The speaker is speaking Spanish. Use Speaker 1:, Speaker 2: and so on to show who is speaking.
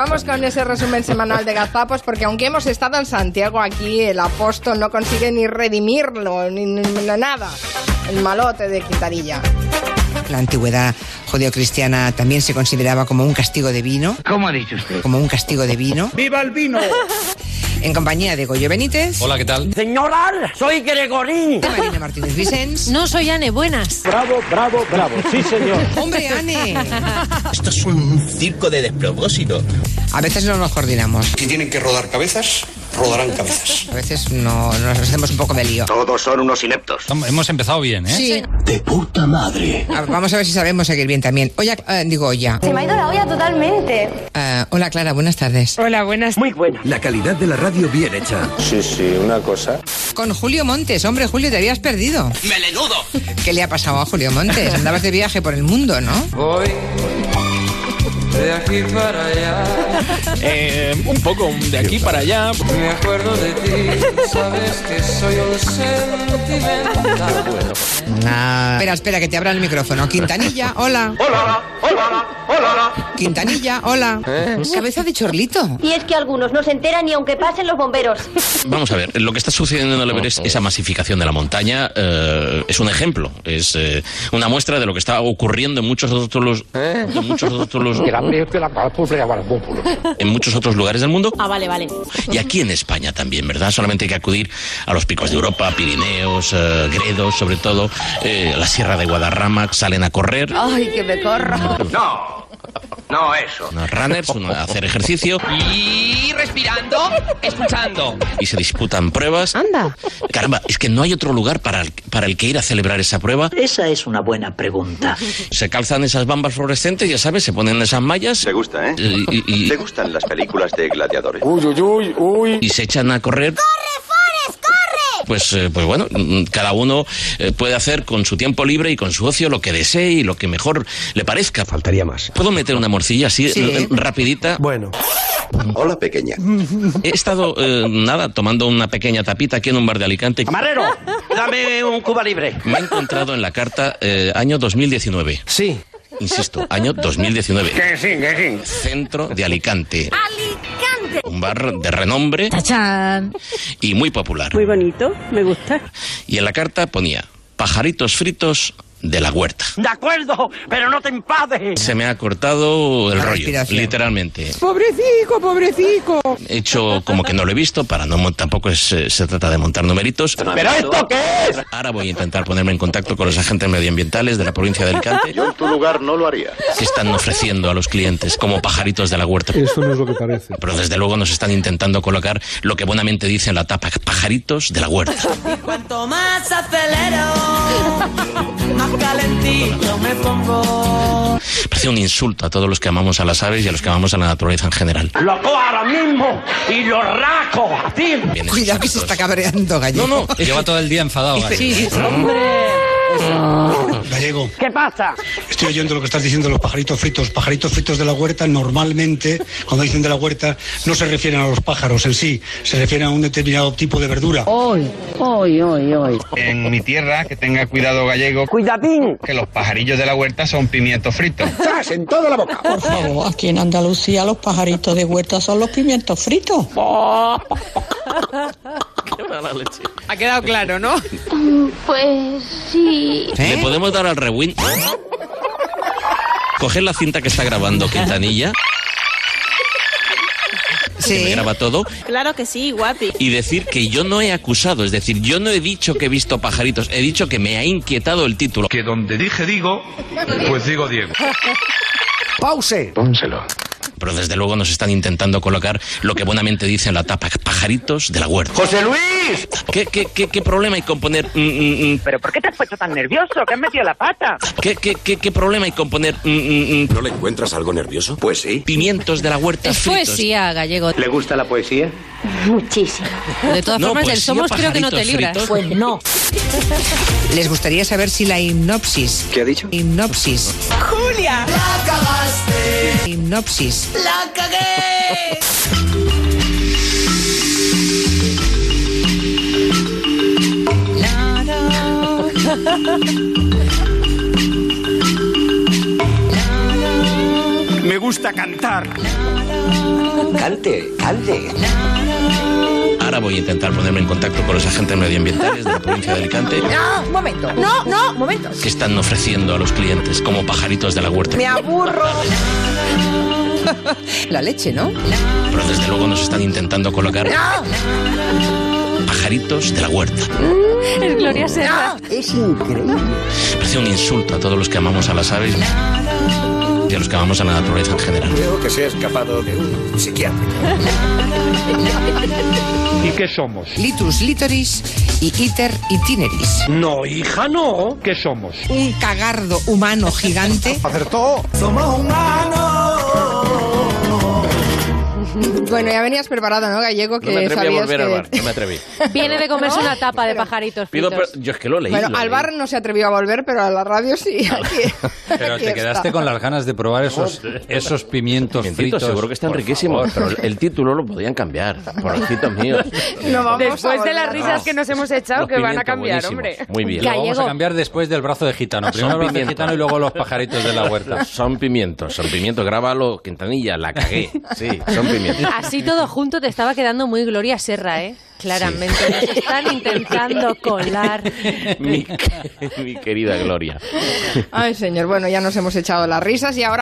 Speaker 1: Vamos con ese resumen semanal de Gazapos, porque aunque hemos estado en Santiago aquí, el apóstol no consigue ni redimirlo, ni, ni- ni nada. El malote de Quintanilla.
Speaker 2: La antigüedad judeocristiana también se consideraba como un castigo divino,
Speaker 3: ¿Cómo ha dicho usted?
Speaker 2: como un castigo divino,
Speaker 3: ¡Viva el vino!
Speaker 2: en compañía de Goyo Benítez,
Speaker 4: Hola, ¿qué tal?
Speaker 3: Señora, soy Gregorín.
Speaker 2: de Marina Martínez Vicens.
Speaker 5: No soy Ane, buenas.
Speaker 3: Bravo, bravo, bravo. Sí, señor.
Speaker 2: ¡Hombre, Ane!
Speaker 6: Esto es un circo de despropósito.
Speaker 2: A veces no nos coordinamos,
Speaker 7: Si tienen que rodar cabezas, rodarán cabezas.
Speaker 2: a veces no, nos hacemos un poco de lío.
Speaker 8: Todos son unos ineptos.
Speaker 4: Estamos- Hemos empezado bien, ¿eh?
Speaker 2: Sí,
Speaker 8: De puta madre.
Speaker 2: a- vamos a ver si sabemos seguir bien también. Oye, eh, digo ya.
Speaker 9: Se me ha ido la olla totalmente.
Speaker 2: Eh, hola, Clara, buenas tardes.
Speaker 1: Hola, buenas.
Speaker 3: Muy bueno.
Speaker 6: La calidad de la radio bien hecha.
Speaker 7: Sí, sí, una cosa.
Speaker 2: Con Julio Montes, hombre, Julio, te habías perdido.
Speaker 6: ¡Melenudo!
Speaker 2: ¿Qué le ha pasado a Julio Montes? Andabas de viaje por el mundo, ¿no?
Speaker 10: Eh, un poco de aquí para allá.
Speaker 2: Espera, espera, que te abra el micrófono. Quintanilla, hola. Hola, hola, hola. ¿Eh? Quintanilla, hola. Cabeza de chorlito.
Speaker 9: Y es que algunos no se enteran ni aunque pasen los bomberos.
Speaker 11: Vamos a ver, lo que está sucediendo en el Everest, esa masificación de la montaña, eh, es un ejemplo, es eh, una muestra de lo que está ocurriendo en muchos otros, en muchos otros, en muchos otros lugares del mundo
Speaker 5: Ah, vale, vale.
Speaker 11: y aquí en España también, ¿verdad? Solamente hay que acudir a los picos de Europa, Pirineos, eh, Gredos, sobre todo, eh, la Sierra de Guadarrama, salen a correr,
Speaker 1: Ay, que me corro.
Speaker 8: No. No eso.
Speaker 11: unos runners, uno a hacer ejercicio
Speaker 3: Y respirando, escuchando.
Speaker 11: y se disputan pruebas.
Speaker 5: Anda.
Speaker 11: Caramba, es que no hay otro lugar para el- para el que ir a celebrar esa prueba
Speaker 3: Esa es una buena pregunta.
Speaker 11: Se calzan esas bambas fluorescentes, ya sabes, se ponen esas mallas
Speaker 8: Te gusta, ¿eh?
Speaker 11: y, y- y-
Speaker 8: ¿Te gustan las películas de gladiadores?
Speaker 10: Uy, uy, uy, uy.
Speaker 11: y se echan a correr. Pues, eh, pues bueno, mm, cada uno eh, puede hacer con su tiempo libre y con su ocio lo que desee y lo que mejor le parezca.
Speaker 6: Faltaría más.
Speaker 11: ¿Puedo meter una morcilla así,
Speaker 2: Sí.
Speaker 11: eh, rapidita?
Speaker 10: Bueno.
Speaker 8: Hola, pequeña.
Speaker 11: He estado, eh, nada, tomando una pequeña tapita aquí en un bar de Alicante.
Speaker 3: Camarero, dame un Cuba libre.
Speaker 11: Me he encontrado en la carta eh, año 2019.
Speaker 10: Sí.
Speaker 11: Insisto, año 2019.
Speaker 8: Que sí, que sí.
Speaker 11: Centro de Alicante. ¡Alicante! Un bar de renombre
Speaker 5: Tachán.
Speaker 11: y muy popular.
Speaker 9: Muy bonito, me gusta.
Speaker 11: y en la carta ponía pajaritos fritos de la huerta.
Speaker 3: De acuerdo, pero no te enfades.
Speaker 11: Se me ha cortado el
Speaker 2: La
Speaker 11: rollo,
Speaker 2: respiración.
Speaker 11: literalmente. ¡Pobrecico, pobrecico! He hecho como que no lo he visto, para no mon- tampoco es, eh, se trata de montar numeritos.
Speaker 3: ¿Pero esto qué es?
Speaker 11: Ahora voy a intentar ponerme en contacto con los agentes medioambientales de la provincia de Alicante
Speaker 8: Yo en tu lugar no lo haría.
Speaker 11: que están ofreciendo a los clientes como pajaritos de la huerta.
Speaker 10: Eso no es lo que parece.
Speaker 11: Pero desde luego nos están intentando colocar lo que buenamente dice en la tapa, pajaritos de la huerta.
Speaker 3: Cuanto más acelero, más calentito me pongo.
Speaker 11: Parece un insulto a todos los que amamos a las aves y a los que amamos a la naturaleza en general.
Speaker 3: Lo cojo ahora mismo y lo raco a ti.
Speaker 11: Vienen
Speaker 2: Cuidado que se
Speaker 11: insultos.
Speaker 2: está cabreando,
Speaker 11: No,
Speaker 2: gallego.
Speaker 11: no.
Speaker 4: Lleva todo el día enfadado. ¿eh? Gary.
Speaker 7: Gallego,
Speaker 3: ¿Qué pasa?
Speaker 7: estoy oyendo lo que estás diciendo de los pajaritos fritos. Pajaritos fritos de la huerta, normalmente, cuando dicen de la huerta, no se refieren a los pájaros en sí, se refieren a un determinado tipo de verdura.
Speaker 3: En mi tierra, que tenga cuidado gallego. Cuidadín. Que los pajarillos de la huerta son pimientos fritos.
Speaker 7: en toda la boca!
Speaker 10: Por favor, aquí en Andalucía los pajaritos de huerta son los pimientos fritos.
Speaker 2: Ha quedado claro, ¿no?
Speaker 9: Pues sí.
Speaker 2: ¿Eh?
Speaker 11: Le podemos dar al rewind. Coger la cinta que está grabando Quintanilla, que me
Speaker 2: Sí.
Speaker 11: graba todo,
Speaker 5: Claro que sí, guapi.
Speaker 11: y decir que yo no he acusado, es decir, yo no he dicho que he visto pajaritos, he dicho que me ha inquietado el título.
Speaker 6: Que donde dije digo, pues digo Diego.
Speaker 10: Pause.
Speaker 11: Pero desde luego nos están intentando colocar lo que buenamente dice en la tapa, pajaritos de la huerta.
Speaker 3: ¡José Luis!
Speaker 11: ¿Qué, qué, qué- qué problema hay con poner... mm, mm, mm?
Speaker 3: ¿Pero por qué te has puesto tan nervioso? ¿Qué has metido la pata?
Speaker 11: ¿Qué, qué, qué- qué problema hay con poner... mm, mm, mm,
Speaker 6: ¿No le encuentras algo nervioso? Pues sí.
Speaker 11: Pimientos de la huerta
Speaker 5: Es
Speaker 11: fritos?
Speaker 5: poesía, gallego.
Speaker 8: ¿Le gusta la
Speaker 11: Pues ¿eh?
Speaker 8: poesía?
Speaker 9: Muchísimo.
Speaker 5: De todas
Speaker 11: No,
Speaker 5: formas, del
Speaker 11: poesía,
Speaker 5: somos creo que no te
Speaker 11: pajaritos
Speaker 5: libras.
Speaker 11: fritos.
Speaker 5: Pues no.
Speaker 2: Les gustaría saber si la hipnopsis.
Speaker 8: ¿Qué ha dicho?
Speaker 2: Hipnopsis. ¡Julia! ¡La cagaste! Hipnopsis.
Speaker 3: Me
Speaker 12: gusta cantar.
Speaker 11: Cante, cante.
Speaker 5: Pues-
Speaker 11: Ahora voy a intentar ponerme en contacto con los agentes medioambientales de la provincia de Alicante
Speaker 13: No, un momento. No, no, un momento.
Speaker 11: que están ofreciendo a los clientes como pajaritos de la huerta.
Speaker 13: Me aburro. La leche, ¿no?
Speaker 11: Pero desde luego nos están intentando colocar pajaritos de la huerta.
Speaker 13: Es Gloria Serra. Es increíble.
Speaker 11: Parece un insulto a todos los que amamos a las aves y a los que amamos a la naturaleza en general.
Speaker 6: Creo que se ha escapado de un psiquiatra.
Speaker 11: ¿Y qué somos?
Speaker 2: Litus litoris y iter itineris.
Speaker 11: No, hija, no. ¿Qué
Speaker 1: Eh,
Speaker 11: somos?
Speaker 2: Un cagardo humano gigante.
Speaker 12: Acertó.
Speaker 2: Somos
Speaker 1: Bueno, ya venías preparado, ¿no, Gallego? Que
Speaker 11: No me atreví a
Speaker 1: sabías
Speaker 11: volver al
Speaker 1: que-
Speaker 11: bar, no me atreví.
Speaker 1: Viene de comerse una tapa de pajaritos
Speaker 11: Pido per- Yo es que lo leí.
Speaker 1: Bueno,
Speaker 11: lo
Speaker 1: al
Speaker 11: leí.
Speaker 1: bar no se atrevió a volver, pero a la radio sí. Aquí.
Speaker 4: Pero
Speaker 1: Aquí
Speaker 4: te quedaste
Speaker 1: está.
Speaker 4: con las ganas de probar esos, esos pimientos fritos.
Speaker 11: seguro que están
Speaker 4: Por
Speaker 11: riquísimos,
Speaker 4: favor.
Speaker 11: pero el título lo podían cambiar, pobrecitos míos.
Speaker 14: Después de las risas que nos hemos echado,
Speaker 4: Los
Speaker 14: que van a
Speaker 4: pimientos
Speaker 14: cambiar,
Speaker 4: buenísimos.
Speaker 14: hombre.
Speaker 11: Muy bien.
Speaker 4: Lo vamos a cambiar después del brazo de gitano. Primero el brazo de gitano y luego los pajaritos de la huerta.
Speaker 11: Son pimientos, son pimientos. Grábalo, Quintanilla, la cagué. Sí, son pimientos.
Speaker 5: Así todo junto te estaba quedando muy Gloria Serra, ¿eh? Claramente. Nos están intentando colar.
Speaker 11: mi, mi querida Gloria.
Speaker 1: Ay, señor, bueno, ya nos hemos echado las risas y ahora